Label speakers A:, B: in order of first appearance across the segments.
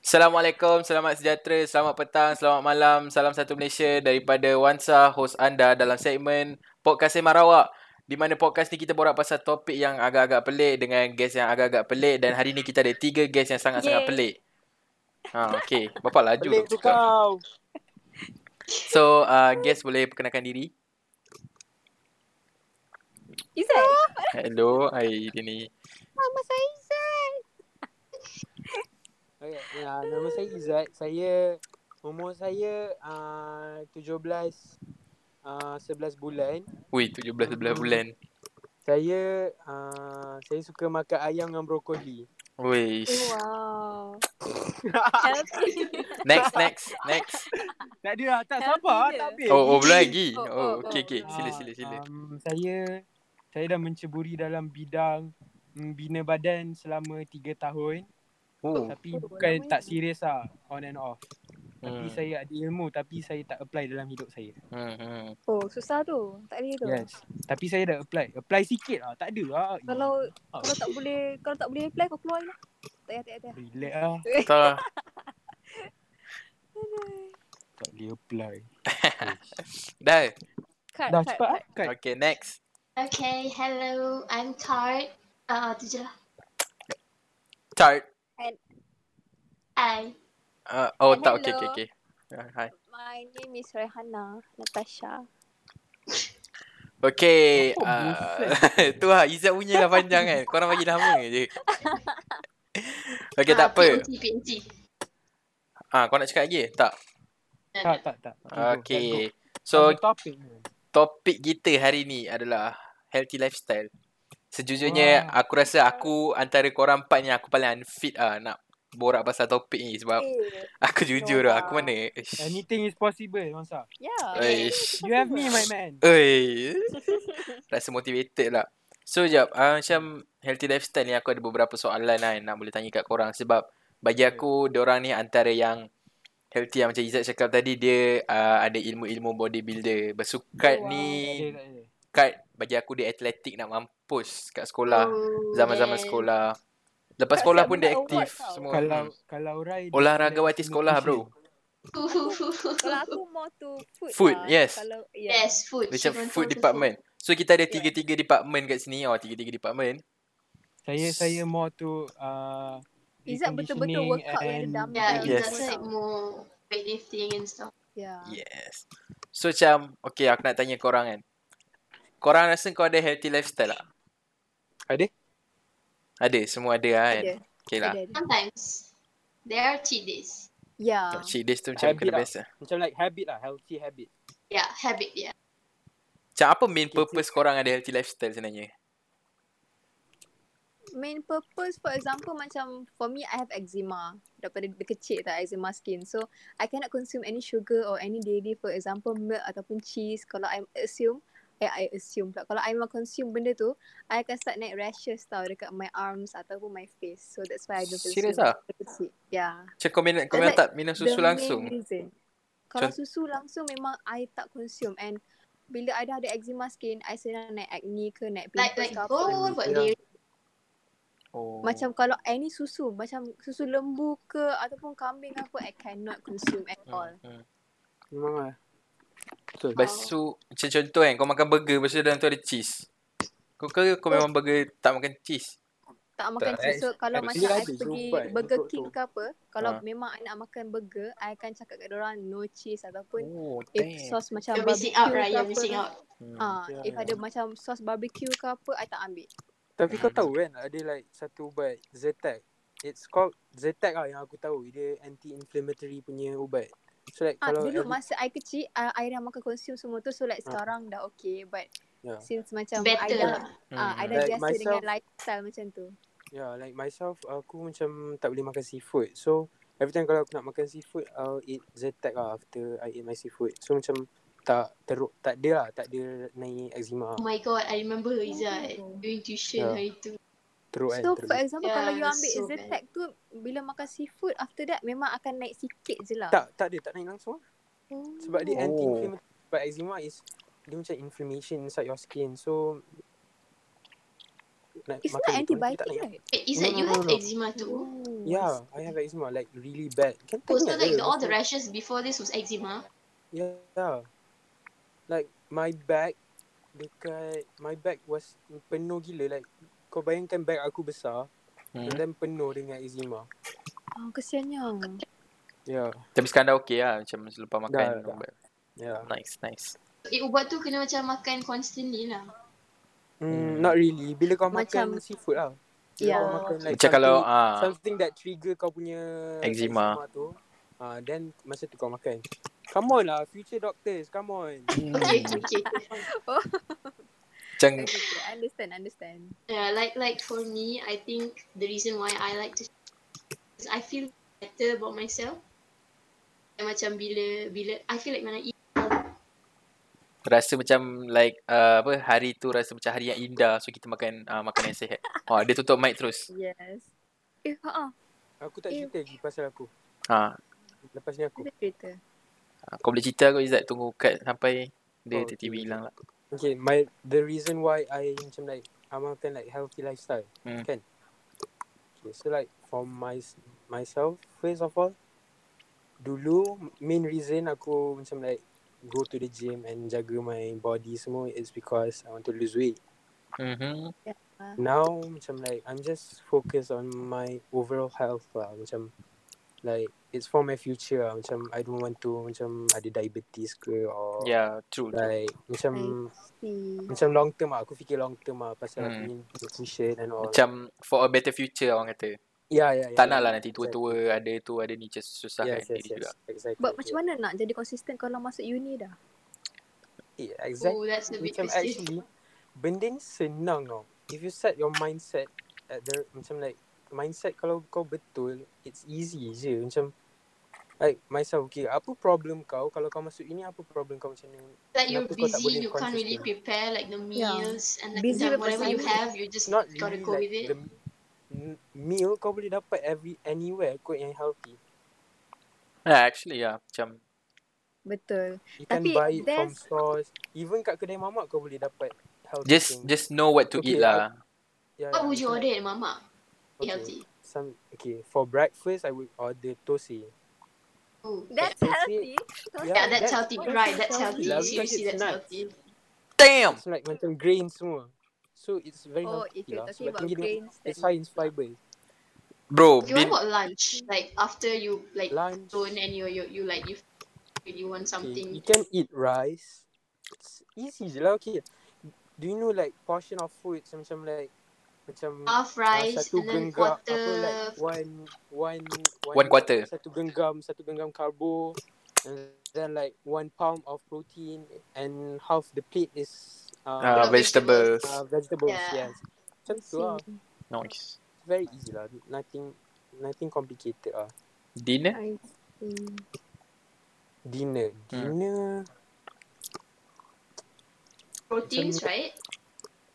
A: Assalamualaikum, selamat sejahtera, selamat petang, selamat malam, salam satu Malaysia daripada Wansa, host anda dalam segmen Podcast Sembang Rawak. Di mana podcast ni kita borak pasal topik yang agak-agak pelik dengan guest yang agak-agak pelik dan hari ni kita ada tiga guest yang sangat-sangat
B: Yeay.
A: pelik. Ha, okey. Bapak laju
C: Pelik
A: tu
C: tu
A: cakap.
C: kau.
A: So, uh, guest boleh perkenalkan diri.
B: Izzat.
A: Hello, hai dia ni.
B: Mama saya Izzat.
C: Okay, ya, nama saya Izzat. Saya umur saya uh, 17 uh, 11 bulan.
A: Ui, 17 11 bulan.
C: Saya uh, saya suka makan ayam dengan brokoli.
A: Ui.
B: Wow. Healthy.
A: Next, next, next.
C: Tak ada lah, tak
B: sabar, tak
C: habis. Ah,
A: Oh, oh belum lagi.
B: Oh, oh,
A: Oh, okey
B: oh.
A: okey. Sila sila sila.
C: Um, saya saya dah menceburi dalam bidang mm, bina badan selama 3 tahun
A: Oh.
C: tapi bukan tak serius lah on and off.
A: Hmm.
C: Tapi saya ada ilmu tapi saya tak apply dalam hidup saya.
A: Hmm. hmm.
B: Oh, susah tu. Tak boleh tu.
C: Yes. Tapi saya dah apply. Apply sikit lah. Tak ada lah.
B: Kalau
C: Ah,
B: kalau tak boleh kalau tak boleh apply kau keluar je lah. Tak payah tak payah. tak payah.
C: Relax lah.
A: Tak lah.
C: Tak boleh apply.
A: Dah.
B: Cut,
C: Dah
B: cut,
C: cepat
B: cut.
C: lah. Kan?
A: Okey, next.
D: Okay, hello, I'm Tart. Ah, uh, tu je lah.
A: Chart.
D: I.
A: Uh, oh, tak okey okey
B: Hello.
A: okey. Ah, Hai.
B: My name is Rehana Natasha.
A: Okey.
C: Apa
A: ah,
C: buset?
A: Tu lah Izzat punya lah panjang kan. Korang bagi nama je.
D: uh,
A: Okey, tak apa.
D: PNG, PNG.
A: Ah, kau nak cakap lagi? Tak.
C: Tak, tak, tak.
A: Okey. So,
C: topik ni.
A: topik kita hari ni adalah healthy lifestyle. Sejujurnya
C: Wah.
A: aku rasa aku antara korang empat ni aku paling unfit ah nak borak pasal topik ni sebab
B: Eh,
A: aku jujur lah aku
B: Wah.
A: mana. Ish.
C: Anything is possible, Mansa.
B: yeah.
A: Ish.
C: You have me, my man.
A: Oi. Rasa motivated lah. So jap, uh, macam healthy lifestyle ni aku ada beberapa soalan lah yang nak boleh tanya kat korang sebab bagi
B: Hmm.
A: aku diorang ni antara yang healthy yang macam Izzat cakap tadi dia uh, ada ilmu-ilmu bodybuilder. Bersukat
B: Oh, Wow.
A: ni
C: Tak ada, tak ada.
A: kat bagi aku dia atletik nak mampus kat
B: Oh,
A: sekolah
D: Oh,
A: zaman-zaman sekolah lepas
B: Kat
A: sekolah
B: siap
A: pun
B: minta
A: dia aktif
B: award tau.
A: semua
C: Kalau
A: kalau
C: kalau Rai dia
A: olahragawati
C: kena
A: sekolah bro
C: nutrition.
B: Kalau aku more to food.
A: Food,
B: lah.
A: yes.
B: Kalau yeah.
D: yes, food.
A: macam
D: She wants
A: food
D: all the
A: department so kita ada
B: Yeah.
A: tiga-tiga department kat sini oh tiga-tiga department
C: Saya saya more to uh,
B: Izzat betul-betul
C: reconditioning
B: workout yang
C: and-
B: ada dumbbell.
D: Yeah,
A: Yes.
D: it's just like more weightlifting and stuff.
B: Yeah.
A: yes so macam okay aku nak tanya korang kan korang rasa kau ada healthy lifestyle tak
C: Ada?
A: ada semua ada lah kan
B: Ada.
A: okay lah
B: Ada, ada.
D: Sometimes there are cheat days.
B: Yeah.
A: Cheat days tu macam
C: Habit
A: kena
C: lah.
A: biasa
C: Macam like habit lah, healthy habit.
D: Yeah, habit. Yeah.
A: Macam apa main
C: Okay,
A: purpose korang ada healthy lifestyle sebenarnya
B: main purpose for example macam for me I have eczema daripada dia kecil tak eczema skin so I cannot consume any sugar or any dairy for example milk ataupun cheese kalau I assume eh I assume pula kalau I memang consume benda tu I akan start naik rashes tau dekat my arms ataupun my face so that's why I don't
A: Serious
B: consume
A: ah?
B: daripada kecil yeah
A: macam kau minum, kau minum
B: Like,
A: tak minum susu
B: the
A: langsung
B: main reason. Kalau
A: Cont-
B: susu langsung memang I tak consume and bila I dah ada eczema skin I senang naik acne ke naik
D: Like
B: pimples
D: like
B: ke apa
D: gold, but
C: Yeah.
D: they
A: oh.
B: macam kalau any susu, macam susu lembu ke ataupun kambing ke apa, I cannot consume at all.
A: Hmm, hmm.
C: Memang lah. Betul.
A: Lepas tu Macam contoh kan Kau makan burger Lepas tu dalam tu ada cheese Kau kira kau memang burger Tak makan cheese
B: Tak makan
A: Tak,
B: cheese. So, kalau
A: ada
B: macam I
C: cheese,
B: pergi
C: ubat
B: Burger
C: untuk
B: King
C: tu.
B: ke apa, kalau
A: Ha.
B: memang I nak makan burger, I akan cakap kat orang no cheese ataupun
A: Oh
B: if sos macam
D: You're missing out, right?
B: ke
D: You're
B: apa.
D: missing out.
A: hmm.
B: Ah,
C: Yeah,
B: if
C: yeah.
B: ada macam sos barbecue ke apa, I tak ambil.
C: Tapi kau tahu kan ada like satu ubat Zyrtec. It's called Zyrtec lah yang aku tahu. Dia anti-inflammatory punya ubat. So like
B: Ah,
C: kalau
B: dulu
C: every-
B: masa I kecil, I, I dah makan consume semua tu. So like
C: Ha.
B: sekarang dah okay. But
C: yeah.
B: since
D: It's
B: macam I
D: better.
B: dah,
D: lah.
B: ah,
A: Hmm.
B: I dah
C: Like
B: biasa dengan
C: myself-
B: lifestyle macam tu.
C: yeah, like myself aku macam tak boleh makan seafood. So every time kalau aku nak makan seafood, I'll eat Zyrtec lah after I eat my seafood. So macam tak teruk, tak ada lah, tak ada naik eczema.
D: Oh my god, I remember Izzat doing tuition
C: Yeah.
D: hari tu.
C: Teruk kan,
B: So
C: teruk.
B: for example yeah, kalau you
D: Yeah,
B: ambil so
D: so
B: Zetec tu bila makan seafood after that memang akan naik sikit je lah.
C: Tak, tak ada, tak naik langsung. Sebab dia
A: Oh.
C: anti-inflammatory. But eczema is dia macam inflammation inside your skin. So nak
B: It's not
C: makan betul, dia tak
B: antibiotic
C: naik.
B: right?
D: Wait,
C: No,
D: Izzat,
C: no,
D: you
C: no,
D: have
C: no.
D: eczema too?
B: Oh, I
C: Yeah,
B: see.
C: Ya, I have eczema like really bad. Can
D: Oh, so like the, all the rashes before this was eczema.
C: Yeah. Like my bag dekat my bag was penuh gila like kau bayangkan bag aku besar and
A: Hmm.
C: then penuh dengan eczema. Ya,
B: Oh, kesiannya.
C: Yeah.
A: Tapi sekarang dah okey lah macam selepas makan.
C: dah, dah. Yeah.
A: Nice, nice.
D: Eh, ubat tu kena macam makan constantly lah.
A: Hmm.
C: Mm, not really. Bila kau
B: Macam-
C: makan seafood lah. Bila
D: Ya.
B: Yeah.
C: kau makan like
A: Macam kalau
C: something-
A: ah
C: something that trigger kau punya
A: Eczema.
C: tu. Ah, then masa tu kau makan. Come on lah, future doctors, come on.
D: Okay, okay.
A: macam
B: Okay, okay, I understand, understand.
D: Yeah, Ya, like like for me, I think the reason why I like to is I feel better about myself. Like, macam bila bila I feel like when I eat
A: rasa macam like uh, apa hari tu rasa macam hari yang indah so kita makan uh, makanan yang sihat. Ha dia tutup mic terus.
B: Yes. Eh, ha ah,
C: Aku tak
B: Eh.
C: cerita lagi pasal aku.
A: Ha
C: Lepas ni aku.
B: ada kereta.
A: kau boleh cerita kau Izzat tunggu kat sampai dia
C: Oh,
A: tiba-tiba
C: okay.
A: hilang lah.
C: Okay, my the reason why I macam like amalkan like healthy lifestyle.
A: Hmm.
C: Kan? Okay, so like for my myself, first of all, dulu main reason aku macam like go to the gym and jaga my body semua is because I want to lose weight.
A: Mhm.
C: Now macam like I'm just focused on my overall health lah macam like it's for my future lah. macam I don't want to macam ada diabetes ke or
A: Yeah, Ya, true. true.
C: like macam
B: Si.
C: macam long term lah aku fikir long term lah
A: Hmm.
C: pasal aku punya nutrition and all. Ya,
A: Macam for a better future orang kata.
C: yeah, yeah, yeah,
A: Tak
C: yeah.
A: nak lah nanti tua-tua ada tu ada ni just susah
C: Yes,
A: kan
C: yes,
A: diri
C: yes.
A: juga.
C: Exactly.
B: But macam mana nak jadi konsisten kalau masuk uni dah?
C: Yeah, Eh,
D: oh
C: exactly.
D: that's a bit
C: Macam
D: risky.
C: actually benda ni senang tau. If you set your mindset at the macam like mindset kalau kau betul it's easy je macam like myself okay apa problem kau kalau kau masuk ini apa problem kau macam ni
D: Like you're
C: Kenapa kau tak boleh
D: busy, you can't really
C: consistent?
D: prepare like the
B: Yeah.
D: meals and like
B: Busy
D: that
B: with
D: whatever you
B: assignment.
D: have, you just
C: it's not really
D: gotta go
C: like
D: with it.
C: the m- meal kau boleh dapat every anywhere kot yang healthy
A: Yeah, actually yeah, macam
B: Betul.
C: you can
B: Tapi
C: buy it from
B: there's-
C: stores even kat kedai mamak kau boleh dapat healthy
A: just
C: thing.
A: just know what to eat
C: Okay, uh,
A: lah.
C: yeah,
D: What
C: yeah,
D: would you
C: macam
D: order at mama?
C: Okay.
D: Healthy.
C: some okay for breakfast I would order tosi
D: Oh.
B: That's
C: That's
B: healthy.
D: Yeah,
C: Yeah,
D: that's
C: that's-
D: healthy. Right, that's healthy.
C: Love nuggets,
D: Seriously, that's
C: nuts.
D: healthy.
A: Damn.
C: It's like macam grain semua. So it's very
B: Oh,
C: healthy
B: if you're
C: lah.
B: talking
C: Sebab
B: about
C: tinggi dia-
B: grains, then
C: It's high in fiber.
A: Bro,
D: Okay, what
A: bin,
D: about lunch? Like after you like
C: Lunch.
D: zone and you you you like you you want
C: Okay,
D: something.
C: you can eat rice. It's easy je lah. Okay. Do you know like portion of food so, macam like macam
D: half
C: ah,
D: rice
C: satu
D: and then
C: genggam
D: quarter.
C: apa like one one
A: One quarter.
C: Satu genggam satu genggam karbo and then like one pound of protein and half the plate is
A: uh,
C: uh,
A: vegetables.
C: uh, vegetables.
D: Yeah.
C: Yes. Macam tu lah.
A: Nice.
C: very easy lah. Nothing nothing complicated lah.
A: Dinner?
B: I see.
C: Dinner.
A: Hmm.
C: Dinner
D: proteins,
C: Macam-
D: right?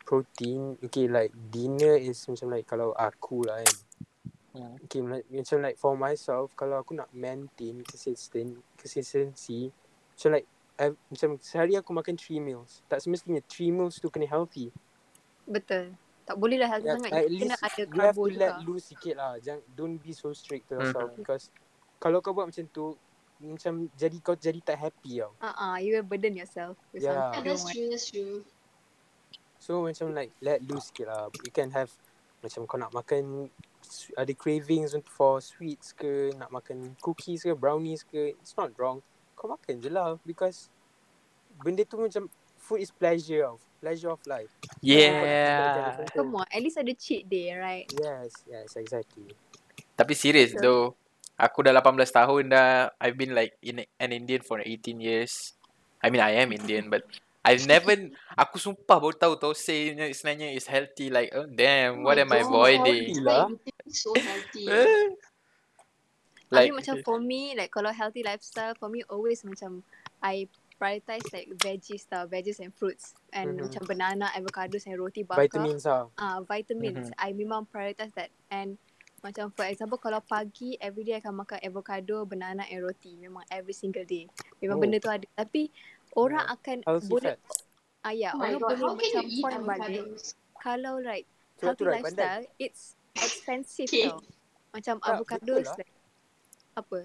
C: protein. Okay like dinner is macam like kalau aku lah kan.
A: Hmm.
C: Okay like, macam like for myself kalau aku nak maintain consistent consistency macam like I, macam sehari aku makan 3 meals. Tak semestinya 3 meals tu kena healthy.
B: Betul. Tak boleh lah healthy
C: Yeah,
B: sangat.
C: Ya, at
B: Kena
C: least
B: ada
C: you have
B: karbo
C: to
B: juga.
C: let loose sikit lah. Jangan, don't be so strict to
A: Mhm.
C: yourself because kalau kau buat macam tu macam jadi kau jadi tak happy tau.
B: Ah, ah, you will burden yourself with
C: Yeah.
B: something.
D: Yeah,
B: you
D: Ah,
B: don't
D: that's
B: want.
D: true, that's true.
C: So macam like let loose sikit lah. You can have macam kau nak makan s- ada cravings untuk for sweets ke, nak makan cookies ke, brownies ke. It's not wrong. Kau makan je lah because benda tu macam food is pleasure of pleasure of life.
A: Yeah.
B: Come on, at least ada cheat day, right?
C: Yes, yes, exactly.
A: Tapi serious though. Aku dah 18 tahun dah. I've been like in an Indian for 18 years. I mean I am Indian but I've never aku sumpah baru tahu tose sebenarnya is healthy like oh damn what
D: my
A: am I
D: God.
A: avoiding?
C: Gila.
D: Like, you think so healthy.
A: Eh.
B: Like,
A: like
B: macam for me, like kalau healthy lifestyle, for me always macam I prioritize like veggies tau, veggies and fruits. And
C: Mhm.
B: macam banana, avocados and roti bakar.
C: Vitamins lah.
B: Ah, vitamins.
D: Mm-hmm.
B: I memang prioritize that. And macam for example, kalau pagi, every day I akan makan avocado, banana and roti. Memang every single day. Memang
C: Oh.
B: benda tu ada. Tapi orang akan
C: Healthy
B: boleh,
C: fat.
B: ah, yeah,
D: Oh my
B: orang
D: god,
B: boleh
D: how can
B: macam
D: you eat
B: point balik.
D: avocados?
B: Kalau like
C: Tu lah,
B: healthy
C: tu right, pandai.
B: lifestyle, it's expensive
D: Okay.
B: tau. Macam
C: Tak,
B: avocado
C: betul
B: is
C: lah.
B: like apa?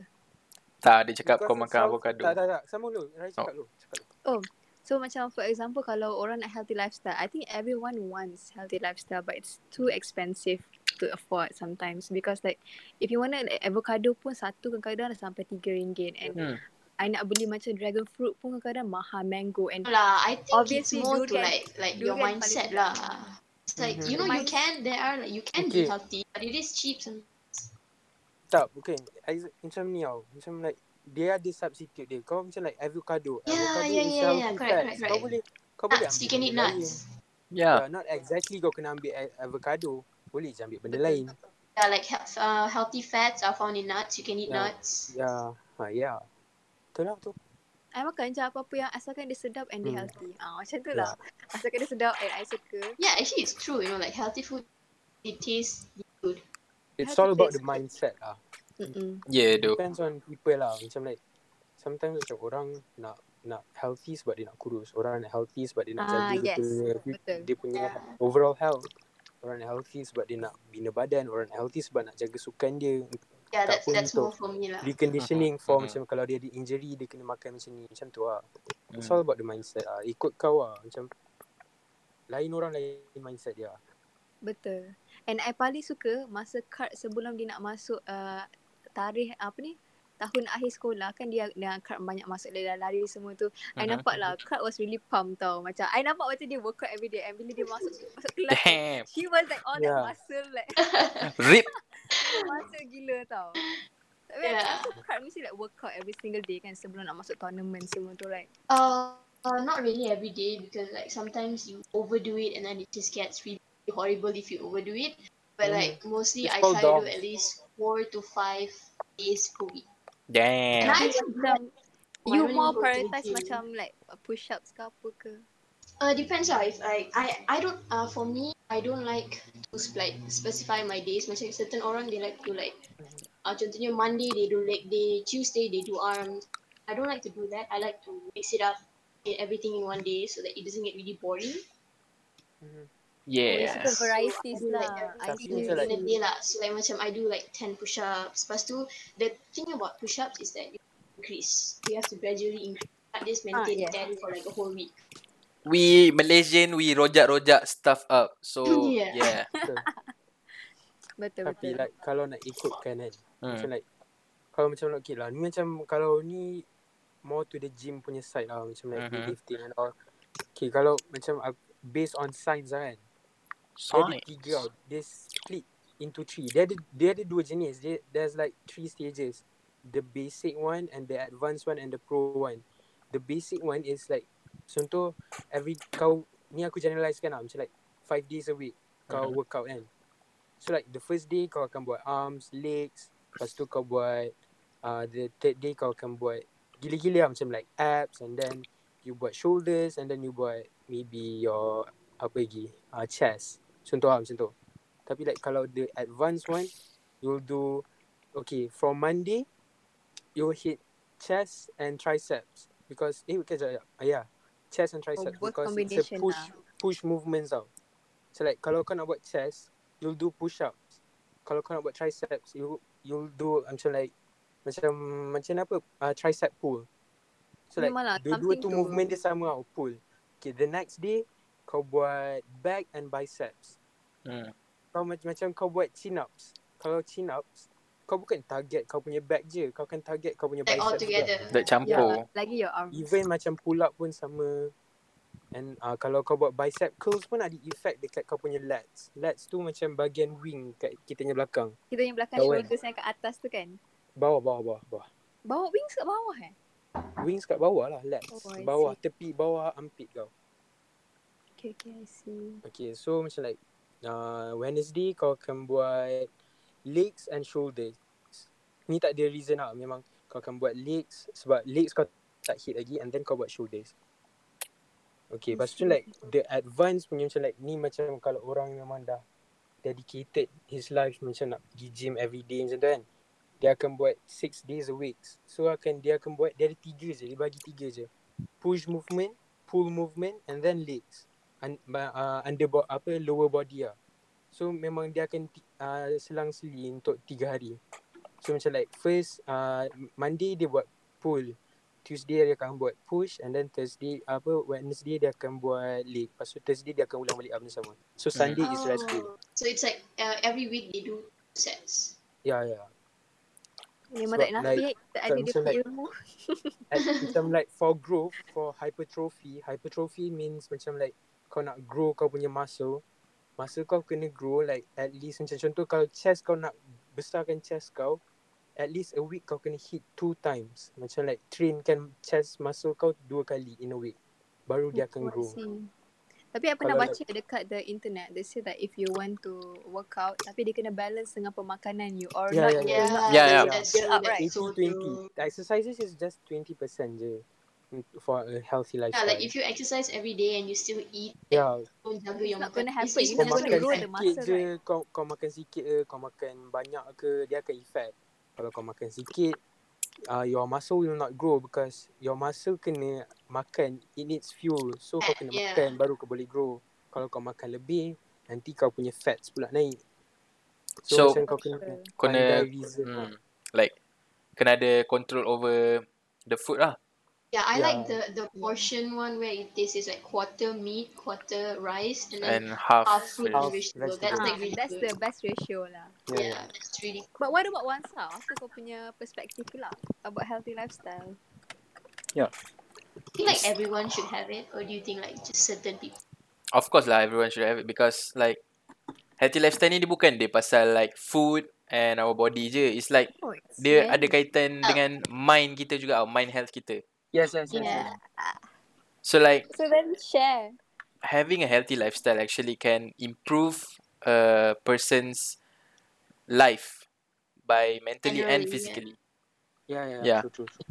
A: Tak, dia cakap kau
C: Because
A: makan
C: South-
A: avocado. Oh.
C: Tak, tak, tak. Sama lu. Rai cakap lu. Cakap lu.
B: So macam for example kalau orang nak healthy lifestyle, I think everyone wants healthy lifestyle but it's too expensive to afford sometimes because like if you want an avocado pun satu kadang-kadang dah sampai tiga ringgit and
A: Hmm.
B: I nak beli macam dragon fruit pun kadang-kadang mahal mango and
D: lah. I think
B: Obviously,
D: it's more to
B: durian-
D: like like your
B: durian paling
D: mindset lah.
B: sedap.
D: It's like
C: Mhm.
D: you know you
B: Mind-
D: can there are like you can
C: Okay.
D: be healthy, but it is cheap. Some
C: Tak, bukan. I, macam ni tau. Macam like, dia ada substitute dia. Kau macam like avocado.
D: Yeah,
C: avocado
D: yeah,
C: is
D: yeah,
C: healthy
D: yeah.
C: fats.
D: Correct, correct,
C: Kau
D: correct.
C: boleh, kau boleh
D: nuts
C: ambil
D: you can eat
C: benda lain.
D: nuts.
A: Ya.
C: Yeah, not exactly kau kena ambil a- avocado. Boleh je ambil benda
B: Betul.
C: lain.
D: Yeah, like health, uh, healthy fats are found in nuts. You can eat
C: Yeah.
D: nuts.
C: Ya, ha, ya. Betul lah tu.
B: I makan je apa-apa yang asalkan dia sedap and dia
C: Hmm.
B: healthy. Ah macam tu
C: Yeah.
B: lah. Asalkan dia sedap and I suka.
D: Yeah, actually it's true. You know, like healthy food, it tastes good.
C: It's
B: How
C: all
B: to
C: about
B: taste
C: the
B: good.
C: mindset lah.
B: Mm-mm.
A: Ya, doh.
C: Depends on people lah. Macam like, sometimes macam orang nak nak healthy sebab dia nak kurus. Orang nak healthy sebab dia nak
B: Ah,
C: jaga
B: yes.
C: dia punya,
B: Betul.
C: dia punya
D: Yeah.
C: overall health. Orang nak healthy sebab dia nak bina badan. Orang nak healthy sebab nak jaga sukan dia.
D: Yeah,
C: Tak
D: that's
C: pun
D: that's
C: untuk
D: more for me lah.
C: Reconditioning for
A: Mhm.
C: macam kalau dia ada injury, dia kena makan macam ni. Macam tu lah. It's
A: Hmm.
C: all about the mindset lah. Ikut kau lah. Macam lain orang lain mindset dia. lah.
B: Betul. And I paling suka masa card sebelum dia nak masuk uh, tarikh apa ni? Tahun akhir sekolah kan dia dia card banyak masuk dia dah lari semua tu. I
A: Mhm.
B: nampak lah card was really pumped tau. Macam I nampak macam dia workout every day and bila dia masuk masuk kelas
A: Damn.
B: she was like all yeah.
C: Yeah.
B: that muscle like
A: Rip.
B: muscle gila tau. Tapi yeah.
D: Yeah.
B: I rasa card mesti like workout every single day kan sebelum nak masuk tournament semua tu right?
D: Uh, uh, not really every day because like sometimes you overdo it and then it just gets really horrible if you overdo it. But
C: Mm.
D: like mostly
C: It's
D: I
C: called
D: try to
C: DOMS.
D: do at least four to five days per week. And
A: Damn.
D: I think that
B: Macam you
D: Why
B: more
D: don't you go to
B: prioritize
D: gym?
B: macam like push ups ke apa ke?
D: uh, depends lah if like I I don't uh for me I don't like to sp- like specify my days. Macam certain orang they like to like uh, contohnya Monday they do leg day, Tuesday they do arms. I don't like to do that. I like to mix it up, get everything in one day so that it doesn't get really boring.
B: Hmm.
A: Yeah.
B: Suka varieties
D: So, I do
B: lah.
D: like that.
B: I
C: Tapi
B: think
C: macam
D: in
C: like-
D: a day lah. So like macam I do like 10 push-ups. Lepas tu, the thing about push-ups is that you increase. You have to gradually increase. But just maintain
B: Ah, yes.
D: 10 for like a whole week.
A: We Malaysian we rojak-rojak stuff up. So
D: Yeah.
A: yeah.
B: betul
C: Tapi
B: betul.
C: like kalau nak ikutkan kan. Macam
A: Hmm.
C: like kalau macam nak okay lah. Ni macam kalau ni more to the gym punya side lah. Macam like
A: Mhm.
C: lifting and all. Okay kalau macam aku- based on science lah kan. Dia ada
A: Sonic.
C: tiga tau. Dia split into three. Dia ada dia ada dua jenis. Dia there's like three stages. The basic one and the advanced one and the pro one. The basic one is like contoh every kau ni aku generalize kan lah. Macam like five days a week kau
A: Mhm.
C: workout kan. So like the first day kau akan buat arms, legs. Lepas tu kau buat uh, the third day kau akan buat gila-gila lah macam like abs and then you buat shoulders and then you buat maybe your apa lagi uh, chest contoh lah macam tu tapi like kalau the advanced one you'll do okay from Monday you'll hit chest and triceps because eh bukan sekejap, sekejap. Ah, yeah chest and triceps
B: work Oh,
C: because it's a
B: combination
C: push
B: lah.
C: push movements tau so like kalau kau nak buat chest you'll do push ups kalau kau nak buat triceps you you'll do macam like macam macam apa uh, tricep pull so like
B: Memang lah, something
C: dua-dua tu
B: to-
C: movement dia sama tau pull okay the next day kau buat back and biceps
A: Hmm.
C: kau mac- macam kau buat chin ups. Kalau chin ups, kau bukan target kau punya back je, kau akan target kau punya
D: Like
C: biceps.
D: all
C: juga.
D: together.
A: Dek
B: Yeah,
A: campur.
B: Ya, lagi your arm.
C: Even macam pull up pun sama. And uh, kalau kau buat bicep curls pun ada effect dekat kau punya lats. Lats tu macam bahagian wing kat kita punya belakang.
B: Kita yang belakang
C: Kawan.
B: shoulders yang kat atas tu kan.
C: Bawah, bawah, bawah, bawah.
B: Bawa wings kat bawah eh.
C: Wings kat bawah lah, lats.
B: Oh, I
C: bawah, tepi bawah armpit kau.
B: Okay, okay, I see.
C: Okay, so macam like uh, Wednesday kau akan buat legs and shoulders. Ni tak ada reason lah. Memang kau akan buat legs sebab legs kau tak hit lagi and then kau buat shoulders. Okay, lepas tu like the advance punya macam like ni macam kalau orang memang dah dedicated his life macam nak pergi gym every day macam tu kan. Dia akan buat six days a week. So akan dia akan buat dia ada tiga je, dia bagi tiga je. Push movement, pull movement and then legs un, ba- uh, under bo- apa lower body lah. So memang dia akan ti- uh, selang seli untuk tiga hari. So macam like first uh, Monday dia buat pull. Tuesday dia akan buat push and then Thursday apa Wednesday dia akan buat leg. Lepas tu Thursday dia akan ulang balik apa sama. So Sunday is
B: Oh.
C: rest day.
D: So it's like uh, every week they do sets.
C: Ya yeah, ya. Yeah.
B: Memang
C: Sebab
B: tak nafiq. Tak ada
C: macam
B: dia punya
C: like-
B: ilmu.
C: At, macam like for growth, for hypertrophy, hypertrophy means macam like kau nak grow kau punya muscle. Muscle kau kena grow like at least macam contoh kalau chest kau nak besarkan chest kau, at least a week kau kena hit two times. Macam like train kan chest muscle kau dua kali in a week. Baru dia
B: Oh, I
C: akan grow.
B: see. Tapi I pernah
C: Kalau-
B: baca dekat the internet they say that if you want to work out tapi dia kena balance dengan pemakanan you or not
C: Yeah, yeah,
B: you
D: Yeah,
B: will not
A: Yeah,
C: ya.
A: yeah.
D: That's,
B: Yeah,
D: that's
B: right.
D: so
C: 80-20.
D: true.
C: The exercises is just 20% je mm, for a healthy
D: Yeah,
C: lifestyle.
D: like if you exercise every day and you still eat,
C: yeah,
D: don't jaga your
B: not
D: makan.
B: gonna
D: It's,
B: happen.
D: it's
B: You
C: kau
D: not
B: never
D: gonna
C: makan
B: know. grow
D: grow
B: the
C: sikit
B: muscle,
C: je, kau, kau makan sikit ke, kau makan banyak ke, dia akan effect. Kalau kau makan sikit, uh, your muscle will not grow because your muscle kena makan, it needs fuel. So kau kena
D: Yeah.
C: makan baru kau boleh grow. Kalau kau makan lebih, nanti kau punya fats pula naik.
A: So-
C: So, macam kau kena
B: Betul.
C: pandai
A: Kena
C: reason. lah.
A: hmm, like kena ada control over the food lah.
D: Yeah, I like
C: Yeah.
D: the the portion one where it tastes is like quarter meat, quarter rice, and then
A: And half,
D: half fruit
C: Half
D: and vegetable.
C: vegetable.
D: That's
B: Ah,
D: like really
B: that's
D: good.
B: the best ratio lah.
C: Yeah. yeah.
D: yeah, that's really
B: But what about Wansa? Apa kau punya perspektif pula about healthy lifestyle?
D: Do you think like everyone should have it, or do you think like just certain people?
A: Of course lah everyone should have it because like healthy lifestyle ni dia bukan dia pasal like food and our body je. It's like
B: Oh, it's
A: dia
B: very-
A: ada kaitan
D: Ah.
A: dengan mind kita juga, tau, mind health kita.
C: Yes, yes, yes. yes.
D: Yeah,
A: So like
B: So then share.
A: having a healthy lifestyle actually can improve a person's life by mentally
D: Generally,
A: and
D: yeah.
A: physically.
C: Yeah, yeah,
A: Yeah.
C: True, true, true.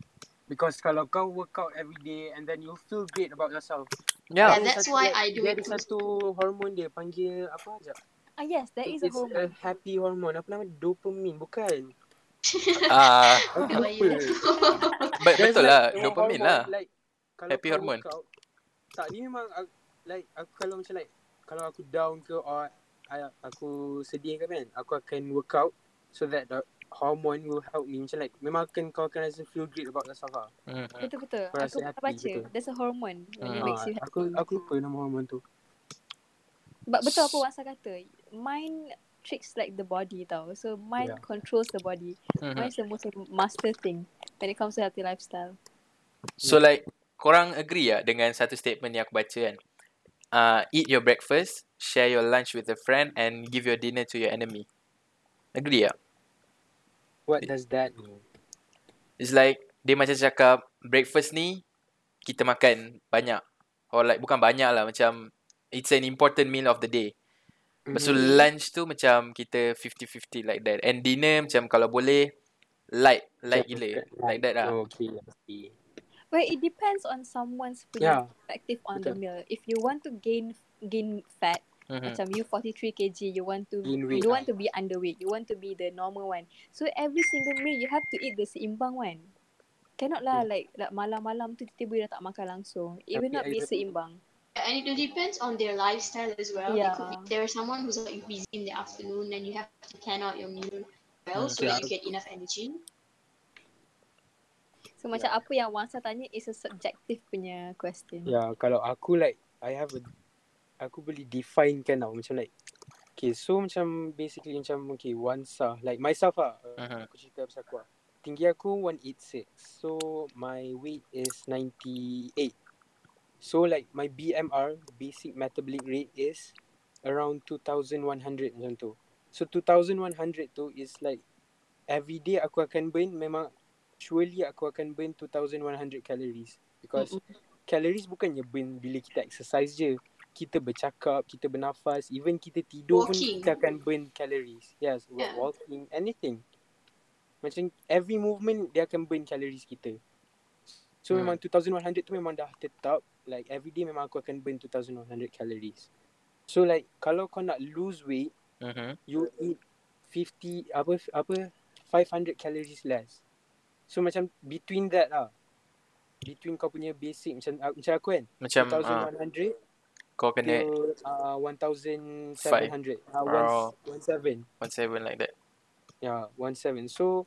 C: Because kalau kau work out every day and then you feel great about yourself.
A: Yeah.
D: Yeah, that's
C: satu-
D: why I do
C: dia ada
D: it too.
C: satu hormone dia panggil apa aja?
B: Ah yes, there is a
C: It's a
B: hormone.
C: happy hormone. Apa nama? Dopamine. Bukan.
A: Ah,
C: Aku
D: How about
C: lupa.
B: ya.
D: you?
A: but
C: There's
A: betul lah,
C: a
A: dopamine
C: hormone,
A: lah.
C: Like, kalau
A: Happy
C: kau
A: hormone.
C: work out- tak, ni memang aku- like aku kalau macam like kalau aku down ke or I, aku sedih ke kan, aku akan work out so that the hormone will help me. Macam like memang akan kau akan rasa feel great about yourself lah.
A: Mm.
B: Betul betul.
C: Kau
B: Aku
C: rasa
B: pernah
C: happy,
B: baca.
C: betul.
B: There's a hormone when it
A: Ah,
B: makes you
C: Ha, aku
B: happy.
C: aku lupa nama hormone tu.
B: But betul apa Wansa kata. Mind tricks like the body tau. So mind
C: Yeah. Mm-hmm.
B: controls the body.
A: Mhm.
B: Mind is the most master thing when it comes to healthy lifestyle.
A: So like korang agree tak dengan satu statement yang aku baca kan? Uh, eat your breakfast, share your lunch with a friend and give your dinner to your enemy. Agree tak?
C: What does that mean?
A: It's like dia macam cakap breakfast ni kita makan banyak. Or like bukan banyak lah macam it's an important meal of the day. Lepas tu
C: Mhm.
A: lunch tu macam kita 50-50 like that. And dinner macam kalau boleh light, light
C: Macam
A: gila.
C: makan
A: Like that lah.
C: Oh, okay, I see.
B: Well, it depends on someone's
C: Yeah.
B: punya perspective on the
C: Betul.
B: meal. If you want to gain gain fat,
A: Mhm.
B: macam you 43 kg, you want to
C: Gain Hmm. weight
B: you
C: lah.
B: want to be underweight, you want to be the normal one. So every single meal you have to eat the seimbang one. Cannot lah like, like malam-malam tu tiba-tiba dah tak makan langsung. It will
C: Hmm. Tapi
B: not be
C: I-
B: seimbang.
D: And it depends on their lifestyle as well.
B: Yeah.
D: It could be, there is someone who's like busy in the afternoon, and you have to plan out your meal well
A: Mm,
D: so that you get enough energy.
B: So macam apa yang Wangsa tanya is a subjective punya question.
C: Ya, kalau aku like I have a aku boleh define kan tau macam like Okay, so macam basically macam okay, once ah, like myself ah,
A: Mhm.
C: uh aku cerita pasal aku ah. Tinggi aku 186. So my weight is 98. So like my BMR, basic metabolic rate is around 2100 macam tu. So 2100 tu is like every day aku akan burn memang surely aku akan burn 2100 calories because calories bukannya burn bila kita exercise je. Kita bercakap, kita bernafas, even kita tidur pun
D: Walking.
C: kita akan burn calories. Yes, yeah.
D: Yeah.
C: walking, anything. Macam every movement dia akan burn calories kita. So
A: Hmm.
C: hmm. memang 2100 tu memang dah tetap like every day memang aku akan burn 2100 calories. So like kalau kau nak lose weight,
A: Mhm.
C: you eat 50 apa apa 500 calories less. So macam between that lah. Between kau punya basic macam ah, macam aku kan
A: Macam ah,
C: 2100
A: Kau Hmm, kena
C: till uh, 1,700. Uh,
A: Oh.
C: one, seven.
A: one seven like that.
C: Yeah, Ya, one seven. So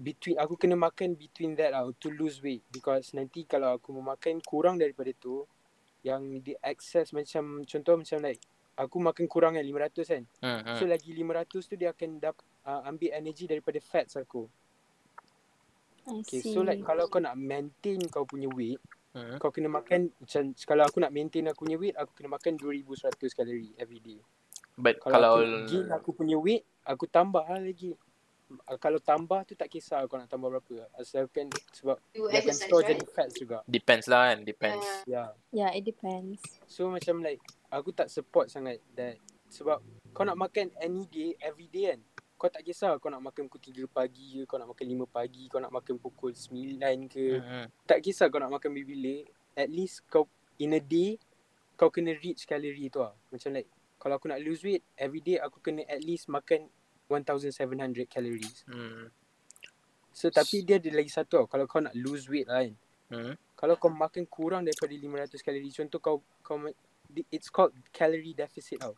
C: between aku kena makan between that lah to lose weight because nanti kalau aku memakan kurang daripada tu yang di excess macam contoh macam like aku makan kurang kan 500 kan.
A: Hmm,
C: Hmm.
A: hmm.
C: So lagi 500 tu dia akan dap, uh, ambil energy daripada fats aku.
B: I
C: Okay,
B: see.
C: so like kalau kau nak maintain kau punya weight,
A: Hmm.
C: kau kena makan macam kalau aku nak maintain aku punya weight, aku kena makan 2100 kalori every day.
A: But
C: Kalau,
A: kalau,
C: kalau aku gain aku punya weight, aku tambah lah lagi. Uh, Kalau tambah tu tak kisah kau nak tambah berapa. Asalkan sebab
D: You
C: dia akan
D: exercise,
C: store
D: right?
C: jadi fats juga.
A: depends lah kan, depends.
D: Yeah.
C: Ya. Yeah.
B: Yeah, it depends.
C: So macam like aku tak support sangat that sebab kau nak makan any day, every day kan. Kau tak kisah kau nak makan pukul 3 pagi ke, kau nak makan 5 pagi, kau nak makan pukul 9
A: Hmm,
C: ke.
A: hmm.
C: Tak kisah kau nak makan bila-bila. At least kau in a day kau kena reach kalori tu lah. Macam like kalau aku nak lose weight, every day aku kena at least makan 1700 calories.
A: Hmm.
C: So tapi dia ada lagi satu tau. Kalau kau nak lose weight lah kan.
A: Hmm.
C: Kalau kau makan kurang daripada 500 kalori. Contoh kau kau ma- di- it's called calorie deficit tau.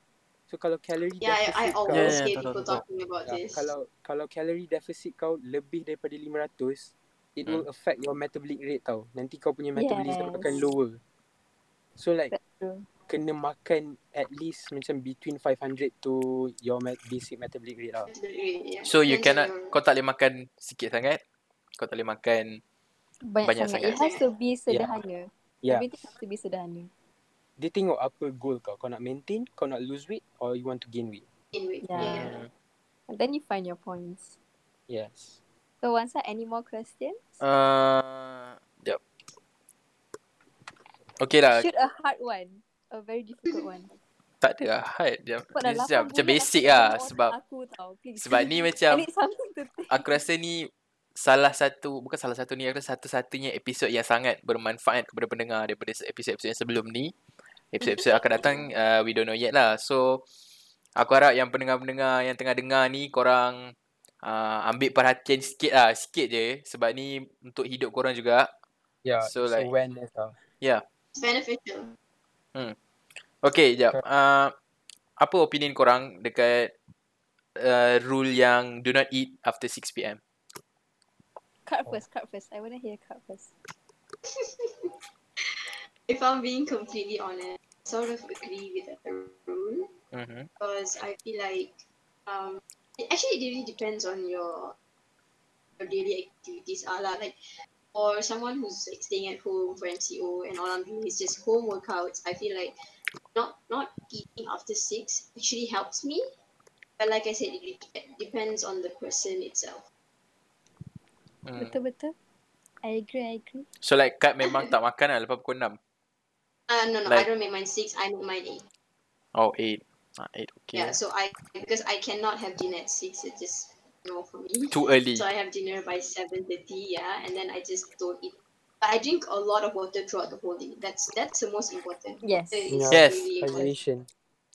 C: So kalau calorie
D: Yeah,
C: deficit
D: I, I
C: kau,
D: always
A: yeah,
D: hear
A: tak, tak,
D: people
A: tak, tak.
D: talking about
C: yeah,
D: this.
C: Ya, kalau kalau calorie deficit kau lebih daripada 500, it
A: Hmm.
C: will affect your metabolic rate tau. Nanti kau punya metabolism
B: Yes.
C: akan lower. So like
B: That's true.
C: kena makan at least macam between 500 to your met- basic metabolic rate lah.
D: Yeah.
A: So you
D: Depends on
A: cannot,
D: your-
A: kau tak boleh makan sikit sangat. Kau tak boleh makan.
B: Banyak,
A: Banyak
B: sangat. It has
D: sangat.
B: to be
C: Ya.
B: sederhana.
C: Yeah.
B: Everything has to be sederhana.
C: Dia tengok apa goal kau. Kau nak maintain, kau nak lose weight or you want to gain weight.
D: anyway.
B: Yeah.
D: yeah.
A: Hmm.
B: And then you find your points.
C: Yes.
B: So, Wansa, any more questions?
A: Uh, jap. Okay lah,
B: Shoot a hard one. A very difficult one.
A: tak ada lah hard. Jap.
B: Sebab dah
A: Ni
B: lapan
A: jap, macam
B: bulan
A: basic
B: aku
A: lah
B: tengok otak
A: sebab
B: aku tau. Please.
A: sebab ni
B: I
A: macam
B: need something to think.
A: aku rasa ni salah satu bukan salah satu ni aku rasa satu-satunya episod yang sangat bermanfaat kepada pendengar daripada se- episod-episod yang sebelum ni. Episod-episod akan datang uh, we don't know yet lah. So aku harap yang pendengar-pendengar yang tengah dengar ni korang uh, ambil perhatian sikit lah, sikit je sebab ni untuk hidup korang juga.
C: Yeah,
A: So,
C: so Ya, it's
A: like-
C: like, awareness tau.
D: It's beneficial.
A: Okay, jap.
C: Correct.
A: Uh, apa opinion korang dekat uh, rule yang do not eat after 6 pm?
B: Cut first, cut first. I want to hear cut first.
D: If I'm being completely honest, I sort of agree with the rule
A: Mm-hmm.
D: because I feel like um, it actually it really depends on your your daily activities are lah. like for someone who's like staying at home for MCO and all I'm doing is just home workouts. I feel like not not eating after six actually helps me, but like I said, it dep- depends on the person itself.
A: Mm.
B: Betul, betul. I agree, I agree.
A: So like Kat memang tak makan lah lepas pukul 6.
D: Uh, no, no, I
A: Like-
D: don't make mine six. I make mine eight.
A: Oh, 8. Ah, 8, okay.
D: Yeah, so I because I cannot have dinner at six. It just no for me.
A: Too early.
D: So I have dinner by seven thirty, yeah, and then I just don't eat. But I drink a lot of water throughout the whole day. That's that's the most important.
B: Yes.
D: It's
C: Yeah.
A: Yes.
D: really important.
C: Hydration.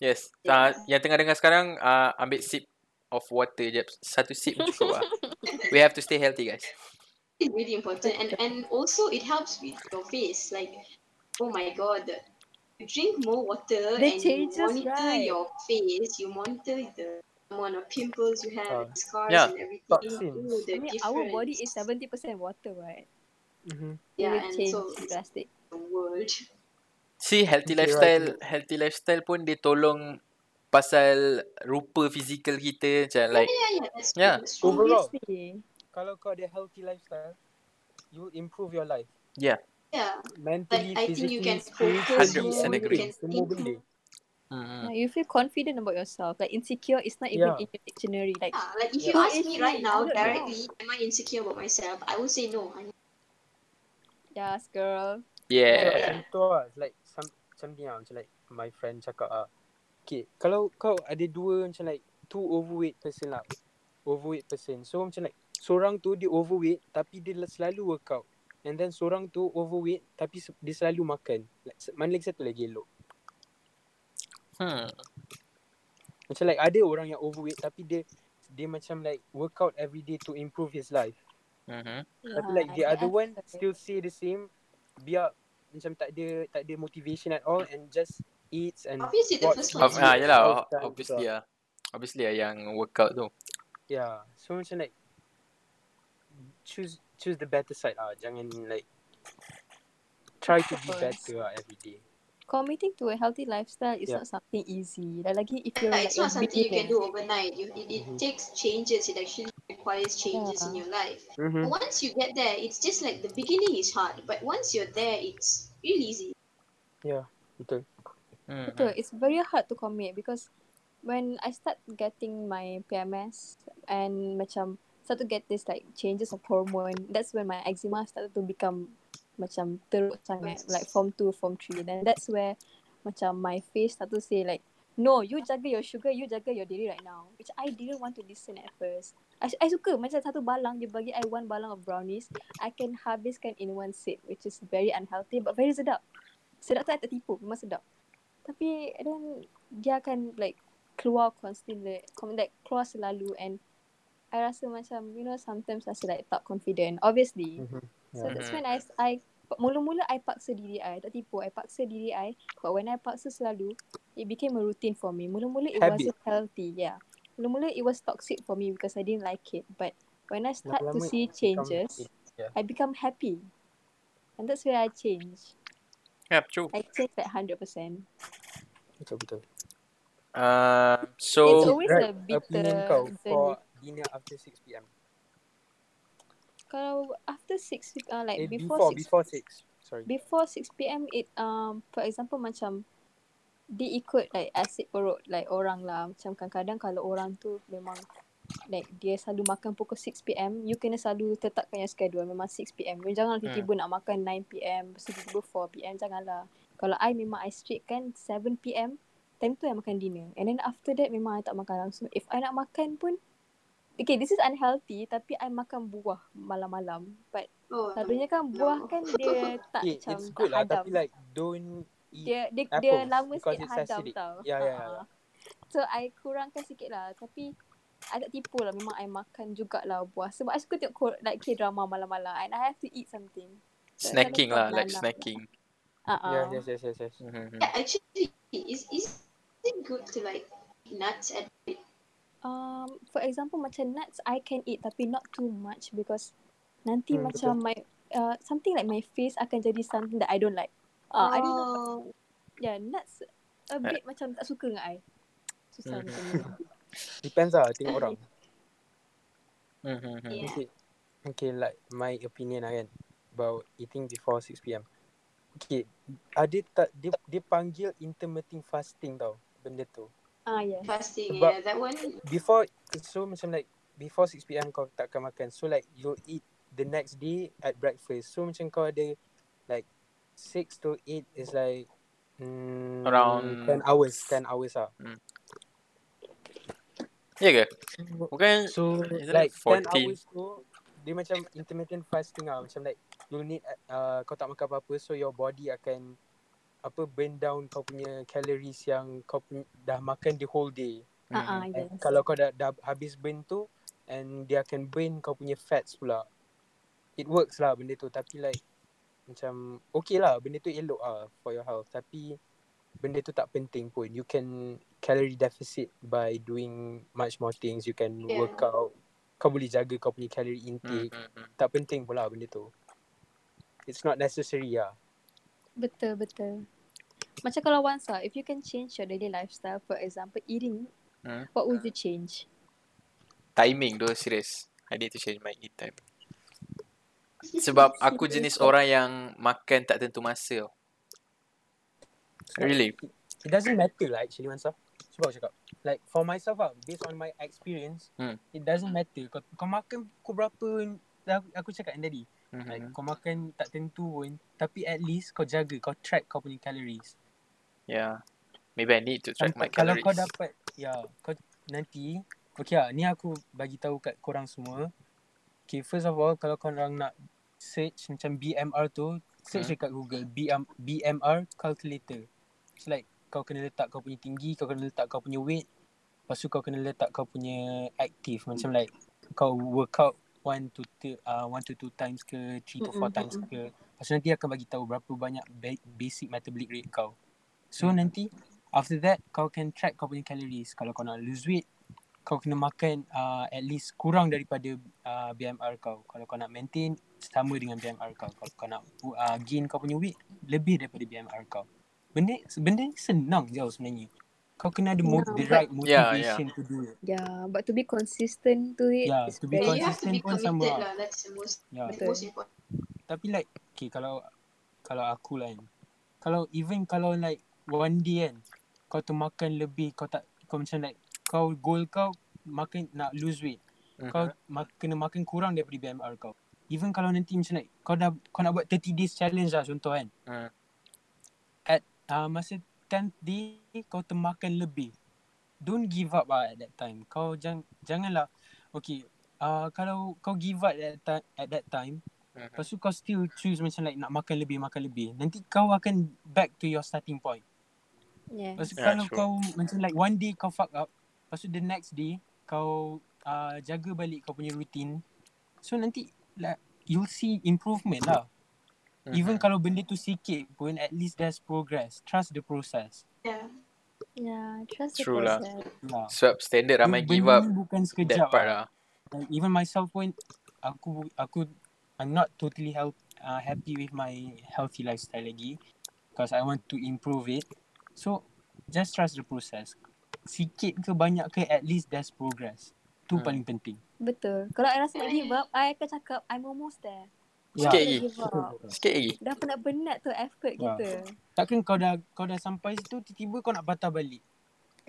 A: Yes.
D: Yeah.
A: Ah, yang tengah dengar sekarang, ah, ambil sip of water je. Satu sip pun cukup lah. We have to stay healthy guys.
D: It's really important, and and also it helps with your face. Like, oh my god, you drink more water
B: The
D: and
B: changes,
D: you monitor
B: right.
D: your face. You monitor the amount of pimples you
C: Ah.
D: have, scars,
A: Yeah.
D: and everything.
C: Toxins.
D: Ooh,
B: Uh, I
D: the
B: mean, our body is
D: difference.
B: 70% water, right?
C: Mm-hmm.
B: it
D: Yeah,
B: will
D: and
B: change
D: so it's
B: drastic.
D: the world.
A: Si healthy
C: Okay,
A: lifestyle,
C: right.
A: healthy lifestyle pun dia tolong pasal rupa fizikal kita macam like
D: yeah, yeah, yeah, that's true.
A: Yeah.
D: That's true.
C: Overall.
B: Obviously.
C: Kalau kau ada healthy lifestyle, you will improve your life.
D: Yeah.
C: Mentally,
D: Like, I think
C: physically,
D: you can
C: spiritually,
A: 100% agree.
C: everything, Semua benda.
A: mm,
B: Like, you feel confident about yourself. Like, insecure is not even
C: Yeah.
B: in your dictionary. Like,
D: Yeah, like if you
B: Yeah.
D: ask me right now
B: Yeah.
D: directly, am I insecure about myself? I would say no. I'm
B: yes, girl.
C: Yeah.
A: yeah.
C: Contoh lah, it's like some, something lah. Macam like my friend cakap lah. Okay, kalau kau ada dua macam like two overweight person lah. Overweight person. So macam like seorang tu dia overweight tapi dia le- selalu workout. And then seorang tu overweight tapi se- dia selalu makan. Like, se- mana lagi satu lagi elok.
A: Hmm.
C: Macam like ada orang yang overweight tapi dia dia macam like workout every day to improve his life.
A: Mm-hmm.
C: Tapi like the
B: Yeah,
C: other one
B: that's right.
C: still say the same. Biar macam tak ada tak ada motivation at all and just eats and
D: Obviously the
C: Mm. What?
D: first one.
A: Ob-
D: is
A: ah,
D: good.
A: yelah,
C: Betul, betul.
A: obviously lah. Obviously lah yang workout tu.
C: yeah. So macam like choose choose the better side ah. Jangan like try to be
D: Betul.
C: better ah every day.
B: Committing to a healthy lifestyle is
C: Yeah.
B: not something easy. Dan lagi if you're
D: Yeah,
B: like
D: it's not
B: a
D: something you can
B: beginner.
D: do overnight. You, it, it
C: Mhm.
D: takes changes. It actually requires changes in
B: Yeah.
D: your life. But
C: Mm-hmm.
D: Once you get there, it's just like the beginning is hard, but once you're there, it's really easy.
C: Betul.
A: Hmm.
B: Betul. It's very hard to commit because when I start getting my PMS and macam start to get this like changes of hormone, that's when my eczema started to become macam teruk sangat. Like form 2, form 3. Then that's where macam my face start to say like, no, you jaga your sugar, you jaga your dairy right now. Which I didn't want to listen at first. I, I suka macam satu balang, dia bagi I one balang of brownies. I can habiskan in one sip which is very unhealthy but very sedap. Sedap tu I tak tipu, memang sedap. Tapi and then dia akan like keluar constantly, com- like keluar selalu and I rasa macam you know sometimes rasa like tak confident obviously.
C: Mm-hmm.
B: So
A: Yeah.
B: that's when I I mula-mula I paksa diri I tak tipu I paksa diri I but when I paksa selalu it became a routine for me. Mula-mula it
C: Habit.
B: wasn't healthy, yeah. Mula-mula it was toxic for me because I didn't like it but when I start to
C: Lama-lama
B: see
C: it become-
B: changes,
C: Yeah.
B: I become happy. And that's where I change.
A: Yep, true.
B: I change like 100%.
C: Betul betul.
A: Uh,
B: It's
A: so,
B: always a bitter
C: opinion kau for
B: journey.
C: dinner after 6 pm.
B: Kalau after 6 p- uh, like
C: Eh,
B: before
C: before
B: 6
C: before 6. Sorry.
B: before 6 PM it um for example macam dia ikut like asyik perut like orang lah macam kadang-kadang kalau orang tu memang like dia selalu makan pukul 6 PM you kena selalu tetapkan your schedule memang 6 PM you jangan tiba-tiba nak makan 9 PM lepas tu tiba-tiba 4 PM janganlah kalau I memang I strict kan 7 PM time tu I makan dinner and then after that memang I tak makan langsung if I nak makan pun okay this is unhealthy tapi I makan buah malam-malam but
D: Oh,
B: Selalunya kan buah kan dia tak
C: Eh,
B: macam
C: it's
B: tak
C: good lah
B: hadam.
C: tapi like don't eat.
B: dia dia, dia
C: apples
B: lama
C: because
B: sikit
C: it's
B: hadam
C: acidic.
B: tau.
C: Ya, ya, ya,
B: Ha. So I kurangkan sikit lah tapi I tak tipu lah memang I makan jugalah buah sebab I suka tengok kor- like K-drama malam-malam and I have to eat something.
A: snacking
B: Kalau
A: lah, like
B: banana.
A: snacking.
B: Ah ah.
C: Yeah, yes, yes, yes, yes.
A: Mhm.
D: Yeah, actually, is is it good to like eat nuts at
B: Um for example macam nuts I can eat tapi not too much because nanti
C: Hmm,
B: macam my uh, something like my face akan jadi something that I don't like. Uh, I don't know.
D: Oh,
B: Yeah, nuts a
C: Eh.
B: bit macam tak suka dengan I. Susah
A: Hmm.
B: macam ni.
C: Depends lah tengok orang.
A: Mhm.
D: Yeah.
C: Okay. Okay, like my opinion lah kan about eating before 6 pm. Okay, ada tak dia dia panggil intermittent fasting tau benda tu.
B: Ah yes.
D: fasting,
C: Sebab-
D: yeah, that one.
C: Before so macam like before 6 pm kau takkan makan. So like you eat the next day at breakfast. So macam kau ada like 6 to 8 is like mm,
A: Around-
C: 10 hours, 10 hours ah.
A: Ya ke? Bukan
C: So
A: Is it
C: like
A: 14?
C: 10 hours tu dia macam intermittent fasting lah macam like you need uh, kau tak makan apa-apa so your body akan apa burn down kau punya calories yang kau punya, dah makan the whole day.
B: Ah ah
A: Mhm.
B: yes.
C: And Hmm, Eh, kalau kau dah, dah habis burn tu and dia akan burn kau punya fats pula. It works lah benda tu tapi like macam okay lah benda tu elok lah for your health tapi benda tu tak penting pun. You can calorie deficit by doing much more things. You can yeah.
D: Yeah.
C: work out. Kau boleh jaga kau punya calorie intake.
A: Mhm.
C: Mm. Tak penting pula benda tu. It's not necessary lah.
B: Betul betul. Macam kalau once lah, if you can change your daily lifestyle, for example eating,
A: Hmm.
B: what would you change?
A: Timing tu serious. I need to change my eat time. Sebab aku jenis orang yang makan tak tentu masa. tau.
C: It's not-
A: Really?
C: It doesn't matter lah actually Mansaf. Cuba aku cakap. Like for myself lah, based on my experience,
A: Hmm.
C: it doesn't matter. Kau, kau makan pukul berapa, dah aku, aku cakap yang tadi. Like
A: Mhm.
C: kau makan tak tentu pun, tapi at least kau jaga, kau track kau punya calories.
A: Yeah. Ya. Maybe I need to track my
C: Sampai- kalau
A: calories.
C: kau dapat ya kau nanti okey lah ni aku bagi tahu kat korang semua okay first of all kalau korang nak search macam BMR tu search
A: Hmm.
C: dekat Google BM, BMR calculator it's like kau kena letak kau punya tinggi kau kena letak kau punya weight lepas tu kau kena letak kau punya active macam like kau workout one to two, uh, one to two times ke three to four
B: Mm-mm,
C: times ke Pasal nanti dia akan bagi tahu berapa banyak ba- basic metabolic rate kau. So nanti after that kau can track kau punya calories. Kalau kau nak lose weight, kau kena makan uh, at least kurang daripada uh, BMR kau. Kalau kau nak maintain sama dengan BMR kau. Kalau kau nak uh, gain kau punya weight lebih daripada BMR kau. Benda benda ni senang jauh sebenarnya. Kau kena ada mo- the
D: Senang,
C: right
D: but-
A: Yeah,
C: motivation yeah, yeah. to do it.
B: Yeah, Ya, but to be consistent to it
C: Yeah,
B: is
C: Ya, to be
D: Yeah,
B: very
D: you have to
C: consistent
D: be
C: pun
D: committed
C: sama
D: lah. That's the most,
C: Yeah.
D: the
B: Betul.
D: most important.
C: Tapi like okay, Kalau Kalau aku lah kan Kalau even kalau like One day kan Kau tu makan lebih Kau tak Kau macam like Kau goal kau Makan nak lose weight
A: Mhm. Mm-hmm.
C: Kau ma- kena makan kurang daripada BMR kau Even kalau nanti macam like Kau dah Kau nak buat 30 days challenge lah contoh kan
A: Hmm.
C: At uh, Masa 10th day Kau termakan lebih Don't give up lah at that time Kau jang, Janganlah Okay uh, Kalau Kau give up at that, ti- at that time Lepas tu kau still choose macam like nak makan lebih, makan lebih. Nanti kau akan back to your starting point.
B: yeah.
C: Lepas
A: Yeah,
C: tu yeah, kalau
A: true.
C: kau macam like one day kau fuck up. Lepas tu the next day kau uh, jaga balik kau punya routine. So nanti like, you'll see improvement lah.
A: Mhm.
C: Even kalau benda tu sikit pun at least there's progress. Trust the process.
D: Yeah.
B: Yeah, ya, trust the
A: True lah.
B: process.
C: Lah.
A: Sebab standard ramai
C: Benda
A: give up
C: ni bukan
A: that
C: sekejap
A: part
C: lah.
A: lah.
C: Like, even myself pun aku aku I'm not totally help, uh, happy with my healthy lifestyle lagi because I want to improve it. So just trust the process. Sikit ke banyak ke at least there's progress.
A: Hmm.
C: Tu hmm. paling penting.
B: Betul. Kalau I rasa nak give up, I akan cakap I'm almost there.
A: Sikit
B: Tak
A: lagi.
B: give up.
A: Sikit lagi.
B: Dah penat-penat tu effort
C: Yeah.
B: kita.
C: Takkan kau dah kau dah sampai situ tiba-tiba kau nak patah balik.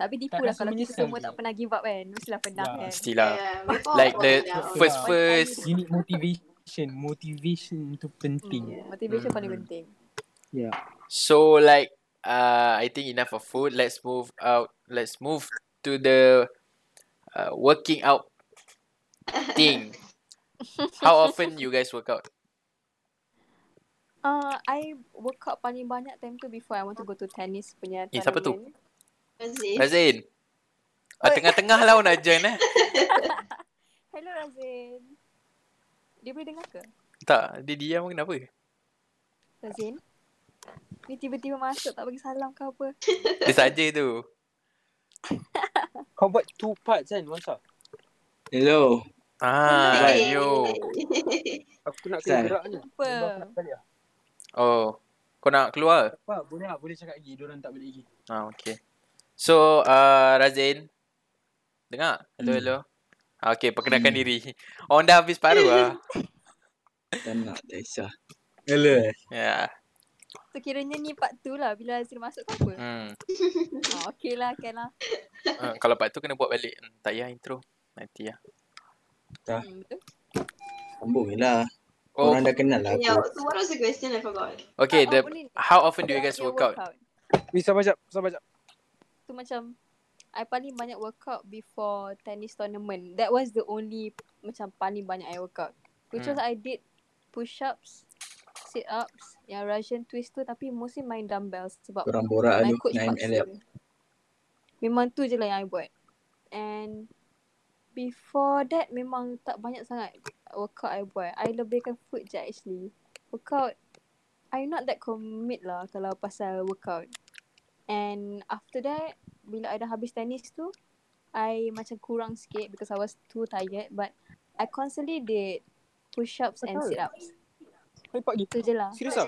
B: Tapi tipu lah
C: Tak rasa
B: kalau kita
C: menyesal
B: semua
C: je. Ya.
B: tak pernah give up kan. Mestilah pernah
C: Yeah.
B: kan.
A: Mestilah.
D: Yeah, we've all
A: Like
D: got
A: the
D: it now.
A: first
C: Yeah.
A: first
C: You need motivation. Motivation tu penting.
B: Hmm, motivation
A: Hmm.
B: paling penting.
C: Yeah.
A: So like uh I think enough of food. Let's move out. Let's move to the uh, working out thing. How often you guys work out?
B: Uh, I workout paling banyak time tu before I want to go to tennis punya
A: Eh, siapa tu?
B: tournament.
D: Aziz.
A: Razin. Ah,
B: Oi.
A: tengah-tengah lah nak join eh.
B: Hello Razin. Dia boleh dengar ke?
A: Tak, dia diam ke kenapa?
B: Razin? Ni tiba-tiba masuk tak bagi salam ke apa?
A: Dia saja tu.
C: Kau buat two parts kan masa.
E: Hello.
A: Ah,
D: Hey.
A: yo.
C: Aku nak kena
E: Sal.
C: gerak ni.
B: Apa?
C: Sebab aku nak balik lah.
A: Oh. Kau nak keluar?
C: Apa? Boleh lah. Boleh cakap lagi. Diorang tak boleh lagi.
A: ke? Ah, okay. So, uh, Razin. Dengar? Hello,
E: Hmm.
A: hello. Ah, okay, perkenalkan
E: Hmm.
A: diri. Orang dah habis paruh lah.
E: Tak nak. Tak kisah. Hello. eh.
A: Ya.
B: So kiranya ni part tu lah bila Razin masuk ke apa?
A: Hmm.
B: Oh, okay lah, can lah.
A: Uh, kalau part tu kena buat balik. Hmm, tak payah intro. Nanti lah.
B: Hmm, betul.
E: Sambung je lah.
A: Oh,
E: Orang dah kenal lah
B: ya,
D: Yeah,
E: aku.
D: so what was the question? I forgot.
A: okay.
B: Oh,
A: The,
B: boleh ni.
A: how often do you
B: Dia
A: guys
B: punya
A: work out?
C: Weh sabar jap. Sabar jap.
B: Tu macam I paling banyak workout before tennis tournament. That was the only macam paling banyak I workout. Which
A: Hmm.
B: was I did push-ups, sit-ups, yang Russian twist tu tapi mostly main dumbbells sebab
E: Orang borak
B: my
E: tu.
B: coach
E: Naim
B: paksa.
E: Elap.
B: Memang tu je lah yang I buat. And before that memang tak banyak sangat workout I buat. I lebihkan food je actually. Workout, I not that commit lah kalau pasal workout. And after that, bila I dah habis tennis tu, I macam kurang sikit because I was too tired but I constantly did push-ups and
C: Betul.
B: sit-ups.
C: Hai Pak Gi.
B: Itu je lah.
C: Serius lah?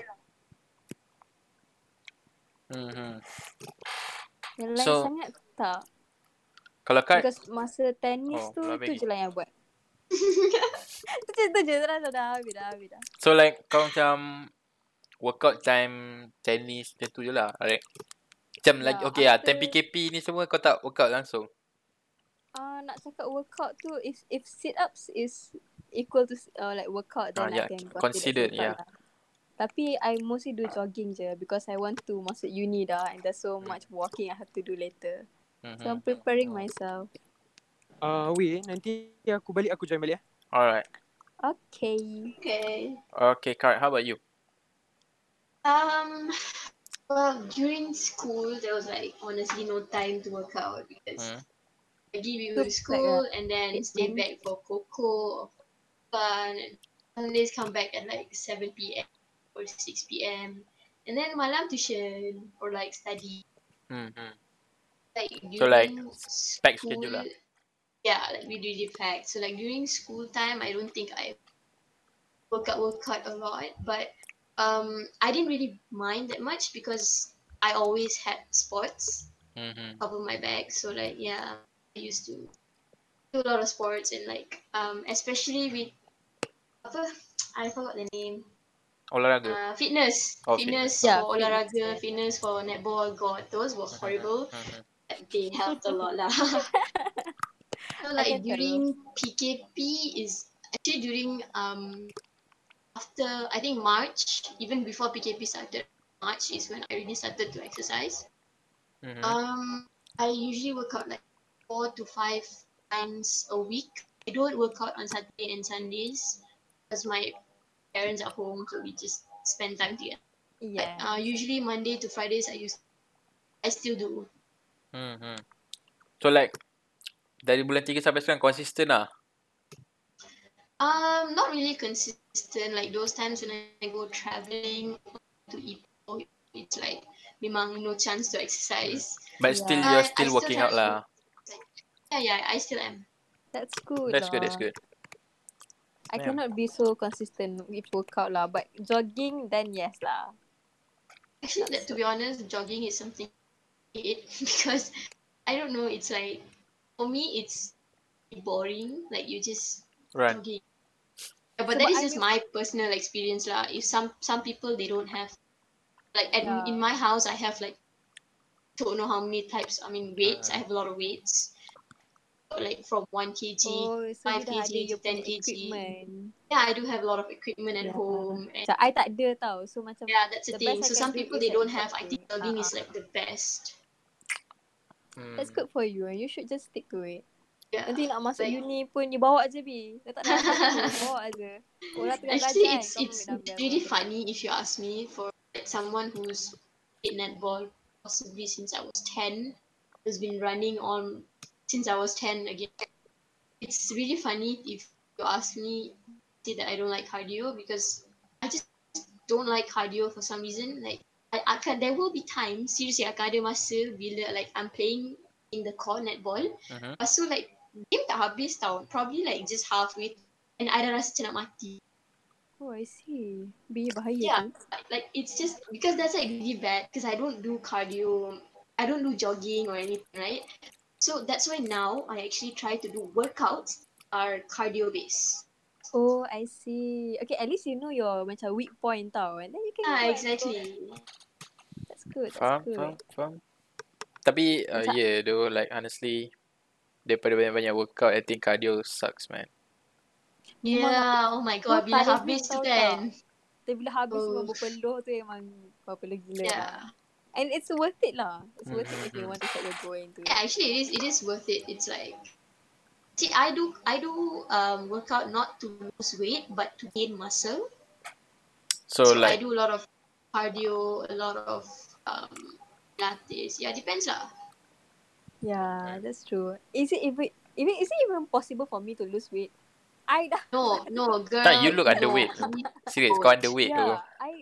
A: Mm-hmm.
B: Yang lain
A: So-
B: sangat tak.
A: Kalau kat
B: Because masa tennis
A: Oh,
B: tu,
A: belum
B: tu
A: habis.
B: je lah yang I buat. tu je, tu je. Dah, dah, dah, habis dah, habis dah.
A: So like kau macam workout time tennis macam tu je lah. Alright. Macam
B: Ya,
A: lagi okay lah. Time
B: after-
A: PKP ni semua kau tak workout langsung.
B: Uh, nak cakap workout tu, if if sit-ups is equal to uh, like workout, then
A: Ah, yeah,
B: I can
A: considered, ya. yeah.
B: as workout Lah. Tapi I mostly do jogging je because I want to masuk uni dah and there's
A: Hmm.
B: so much walking I have to do later. So
A: Mm-hmm.
B: I'm preparing myself.
C: Ah, weh, nanti aku balik aku join balik eh.
A: Alright.
B: Okay.
D: Okay.
A: Okay, Kar, how about you?
D: Um, well, during school, there was like honestly no time to work out because
A: Hmm.
D: pagi we
B: So,
D: go to
B: like,
D: school and then
B: it's
D: stay
B: when-
D: back for cocoa or fun. and Sundays come back at like 7 p.m. or 6 p.m. And then malam tuition or like study.
A: Hmm. hmm.
D: Like
A: So, like,
D: during
A: packed schedule lah.
D: Yeah, like we do the pack. So like during school time, I don't think I work out work out a lot, but um, I didn't really mind that much because I always had sports
A: Hmm. hmm.
D: cover my back. So like yeah, I used to do a lot of sports and like um especially with apa I forgot the name.
B: Ah,
A: Olahraga.
D: Uh, fitness.
A: Oh,
B: fitness.
D: fitness, for
B: Yeah,
D: olahraga, fitness. for netball. God, those were horrible.
A: Hmm, hmm.
D: they helped a lot lah. so
B: I
D: like
B: can
D: during PKP is actually during um after I think March, even before PKP started, March is when I really started to exercise.
A: Hmm, hmm.
B: Ah.
D: Um, I usually work out like four to five times a week. I don't work out on Saturday and Sundays because my parents are home, so we just spend time together. But,
B: Yeah.
D: uh, usually Monday to Fridays, I used I still do.
A: Hmm. hmm. So like dari bulan 3 sampai sekarang konsisten lah.
D: Um, not really consistent. Like those times when I go traveling to Ipoh, it's like memang no chance to exercise.
A: But
B: Yeah.
A: still you're
D: I- I
A: still
D: still
A: working out
D: have-
A: lah.
D: Yeah, yeah, I still am.
B: That's good
A: That's
B: lah.
A: good, that's good.
B: I
A: Yeah.
B: cannot be so consistent with workout lah. But jogging, then yes lah.
D: Actually, that, to be honest, jogging is something I hate because I don't know. It's like for me, it's boring. Like you just
A: Right.
D: jogging. Yeah, but
B: So,
D: that
B: but
D: is
B: I
D: just my personal experience, lah. If some some people they don't have, like at,
B: Yeah.
D: in my house, I have like don't know how many types. I mean weights. I have a lot of weights, like from one
B: Oh,
D: kg.
B: so you
D: five
B: dah ada
D: kg,
B: your punya
D: 10 kg.
B: equipment.
D: Yeah, I do have a lot of equipment at
B: Yeah.
D: home. And
B: Macam I tak ada tau. So macam
D: yeah, that's the,
B: The
D: thing.
B: best I
D: So
B: can
D: some
B: do
D: people
B: is
D: they
B: like
D: don't have. I think
B: jogging.
D: jogging is
B: Uh-uh.
D: like the best.
A: Hmm.
B: that's good for you. You should just stick to it.
D: Yeah.
B: Nanti nak masuk
D: Like-
B: uni pun you bawa aje bi. Dah tak nak masuk, bawa aje. Orang tengah belajar
D: Actually,
B: kan.
D: it's
B: kamu
D: it's
B: ambil apa.
D: really funny if you ask me for like, someone who's played netball possibly since I was ten, has been running on since I was ten again. It's really funny if you ask me say that I don't like cardio because I just don't like cardio for some reason. Like I, I can, there will be times seriously akan ada masa bila like I'm playing in the core netball
A: Mhm.
D: Lepas tu like game tak habis tau. Probably like just halfway and I dah rasa macam nak mati.
B: Oh, I see. Bi bahaya.
D: Yeah.
B: tu.
D: Like it's just because that's like really bad because I don't do cardio. I don't do jogging or anything, right? So that's why now I actually try to do workouts are cardio based.
B: Oh, I see. Okay, at least you know your macam weak point tau. And then you can
D: Ah,
B: go and go.
D: exactly.
B: That's good. That's
A: Faham,
B: good.
A: faham, faham. Tapi uh,
B: Macam-
A: yeah though like honestly daripada banyak-banyak workout I think cardio sucks man.
B: Memang lah.
D: Yeah, oh my
B: Kau
D: god, bila
B: tak ada
D: habis
B: duit
D: tu
B: tau
D: kan.
B: Tapi bila habis
D: Oh.
B: semua berpeluh tu memang berpeluh gila.
D: Yeah.
B: And it's worth it lah. It's worth it if
A: Mhm.
B: you want to set your goal into it.
D: Yeah, actually, it is. It is worth it. It's like, see, I do, I do um, workout not to lose weight, but to gain muscle.
A: So,
D: So, I
A: like
D: do a lot of cardio, a lot of um, pilates. Yeah, depends lah.
B: Yeah, that's true. Is it even even is it even possible for me to lose weight? I dah
D: No, no, girl.
A: tak you look
D: no.
A: underweight. Serious kau underweight
B: yeah,
A: yeah.
B: I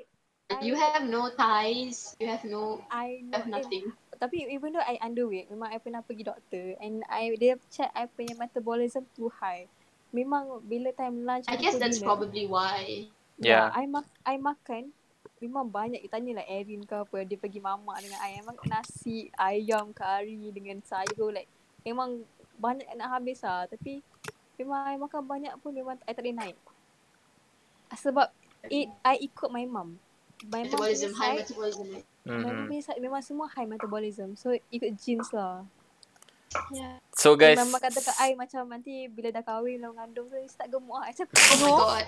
D: You have no thighs. You have no.
B: I
D: You
B: know
D: have nothing.
B: tapi even though I underweight memang I pernah pergi doktor and I dia check I punya metabolism too high. Memang bila time lunch
D: I
B: aku
D: guess that's
B: dinner,
D: probably why.
A: Yeah.
B: Yeah, I mak I makan memang banyak you tanya lah Erin ke apa dia pergi mamak dengan I memang nasi ayam kari dengan sayur like memang banyak nak habis lah tapi memang I makan banyak pun memang I tak boleh naik sebab it I ikut my mum my mum punya
D: Metabolism, high
B: side
D: metabolism.
A: tu.
B: my mum
A: Mm-hmm.
B: punya side memang semua high metabolism so ikut genes lah
D: Yeah.
A: So guys
B: mama kata kat I macam nanti bila dah kahwin dah mengandung tu you start gemuk lah I macam
D: Oh my god.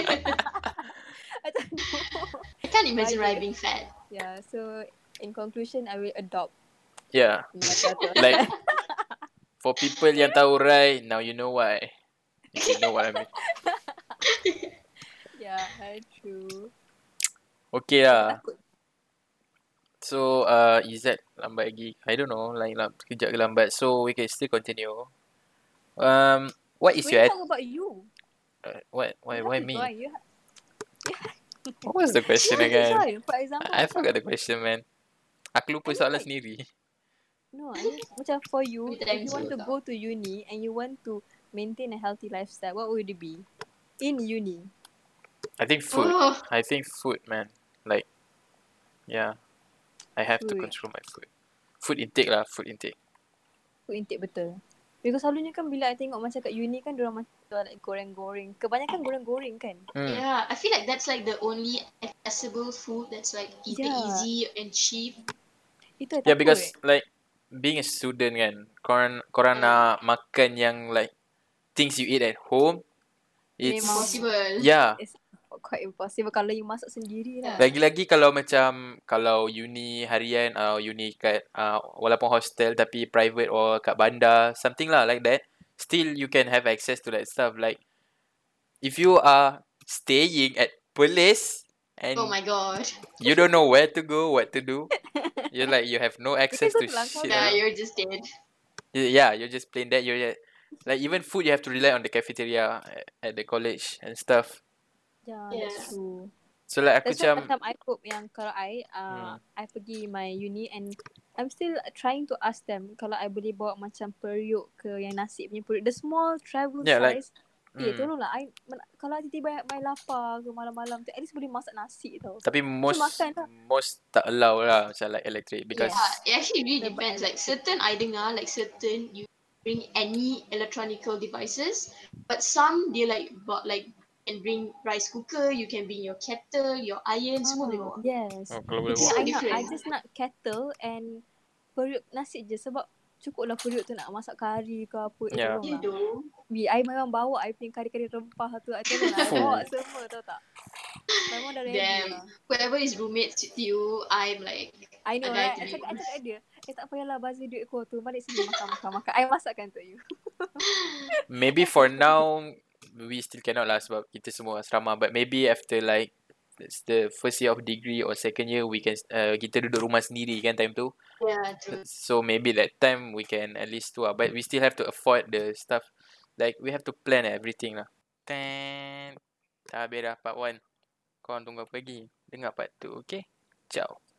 B: macam no
D: I can't imagine
B: Why?
D: Ryan being fat.
B: yeah so in conclusion I will adopt
A: yeah like for people yang tahu Rai now you know why. You know what I mean.
B: yeah, true.
A: Okay lah. So uh, Izzat lambat lagi. I don't know lain lah kejap ke lambat. So we can still continue. Um what is
B: We
A: your
B: talk about you.
A: uh, what why
B: You
A: why
B: haven't
A: me?
B: joined. You ha-
A: What was the question
B: No,
A: again?
B: this one, For example,
A: I forgot the question, man. Aku lupa
B: I don't
A: soalan
B: like-
A: sendiri.
B: No, I mean, macam for you,
D: Kita
B: if you
D: dah
B: want to
D: jumpa.
B: go to uni and you want to maintain a healthy lifestyle, what would it be? In uni.
A: I think food.
D: Oh,
A: I think food, man. Like, yeah. I have to
B: Food.
A: control my food. Food intake lah, food intake.
B: Food intake betul. Because selalunya kan bila I tengok macam kat uni kan diorang macam jual like goreng-goreng. Kebanyakan goreng-goreng kan?
A: Hmm.
D: yeah. I feel like that's like the only accessible food that's like either
B: Yeah.
D: easy and cheap.
B: Itu I
A: Yeah,
B: takut.
A: because like being a student kan, korang korang
D: Mm.
A: nak makan yang like things you eat at home. It's
B: Memang.
D: Possible.
A: yeah.
B: quite impossible kalau you masak sendiri lah.
A: Lagi-lagi kalau macam kalau uni harian atau uni kat uh, walaupun hostel tapi private or kat bandar something lah like that still you can have access to that stuff like if you are staying at Perlis and
D: Oh my god.
A: you don't know where to go what to do you're like you have no access
B: go
A: to
B: to Langkawi.
A: shit
D: Nah,
A: yeah,
D: you're just dead.
A: yeah you're just plain that you're yeah. like even food you have to rely on the cafeteria at, at the college and stuff
B: Yeah, Ya,
D: Yeah.
B: that's true.
A: so like aku
B: That's why
A: macam
B: macam I hope yang kalau I uh,
A: Hmm.
B: I pergi my uni and I'm still trying to ask them kalau I boleh bawa macam periuk ke yang nasi punya periuk the small travel
A: Yeah, like-
B: size. Eh,
A: mm.
B: tolonglah I men- kalau tiba-tiba I lapar ke malam-malam tu at least boleh masak nasi tau.
A: Tapi most
B: makan lah.
A: most tak allow lah macam like electric because
D: Yeah, it actually really
B: Nampak
D: depends. Like certain I dengar, like certain you bring any electronical devices, but some they like but like you can bring rice cooker, you can bring your kettle, your iron, semua boleh bawa.
B: yes.
A: oh, kalau boleh buat.
B: I,
D: So
B: nak,
D: different.
B: I just nak kettle and periuk nasi je sebab cukup lah periuk tu nak masak kari ke apa. Eh,
A: Yeah.
D: You
B: tolonglah.
D: do.
B: Bi, I memang bawa I punya kari-kari rempah tu. I tengok lah, I
A: Fuh.
B: bawa semua tau tak. Memang dah ready
D: Damn.
B: lah.
D: Whoever is roommates with you, I'm like
B: I know
D: Ada
B: right. I
D: idea.
B: cakap, I cakap dia. Eh tak payahlah bazir duit kau tu. Balik sini makan makan makan. I masakkan untuk you.
A: Maybe for now we still cannot lah sebab kita semua asrama but maybe after like it's the first year of degree or second year we can uh, kita duduk rumah sendiri kan time tu.
D: yeah, true.
A: So maybe that time we can at least do lah but we still have to afford the stuff like we have to plan everything lah. Ten. Tak habis dah part 1. Korang tunggu apa lagi? Dengar part 2, okay? Ciao.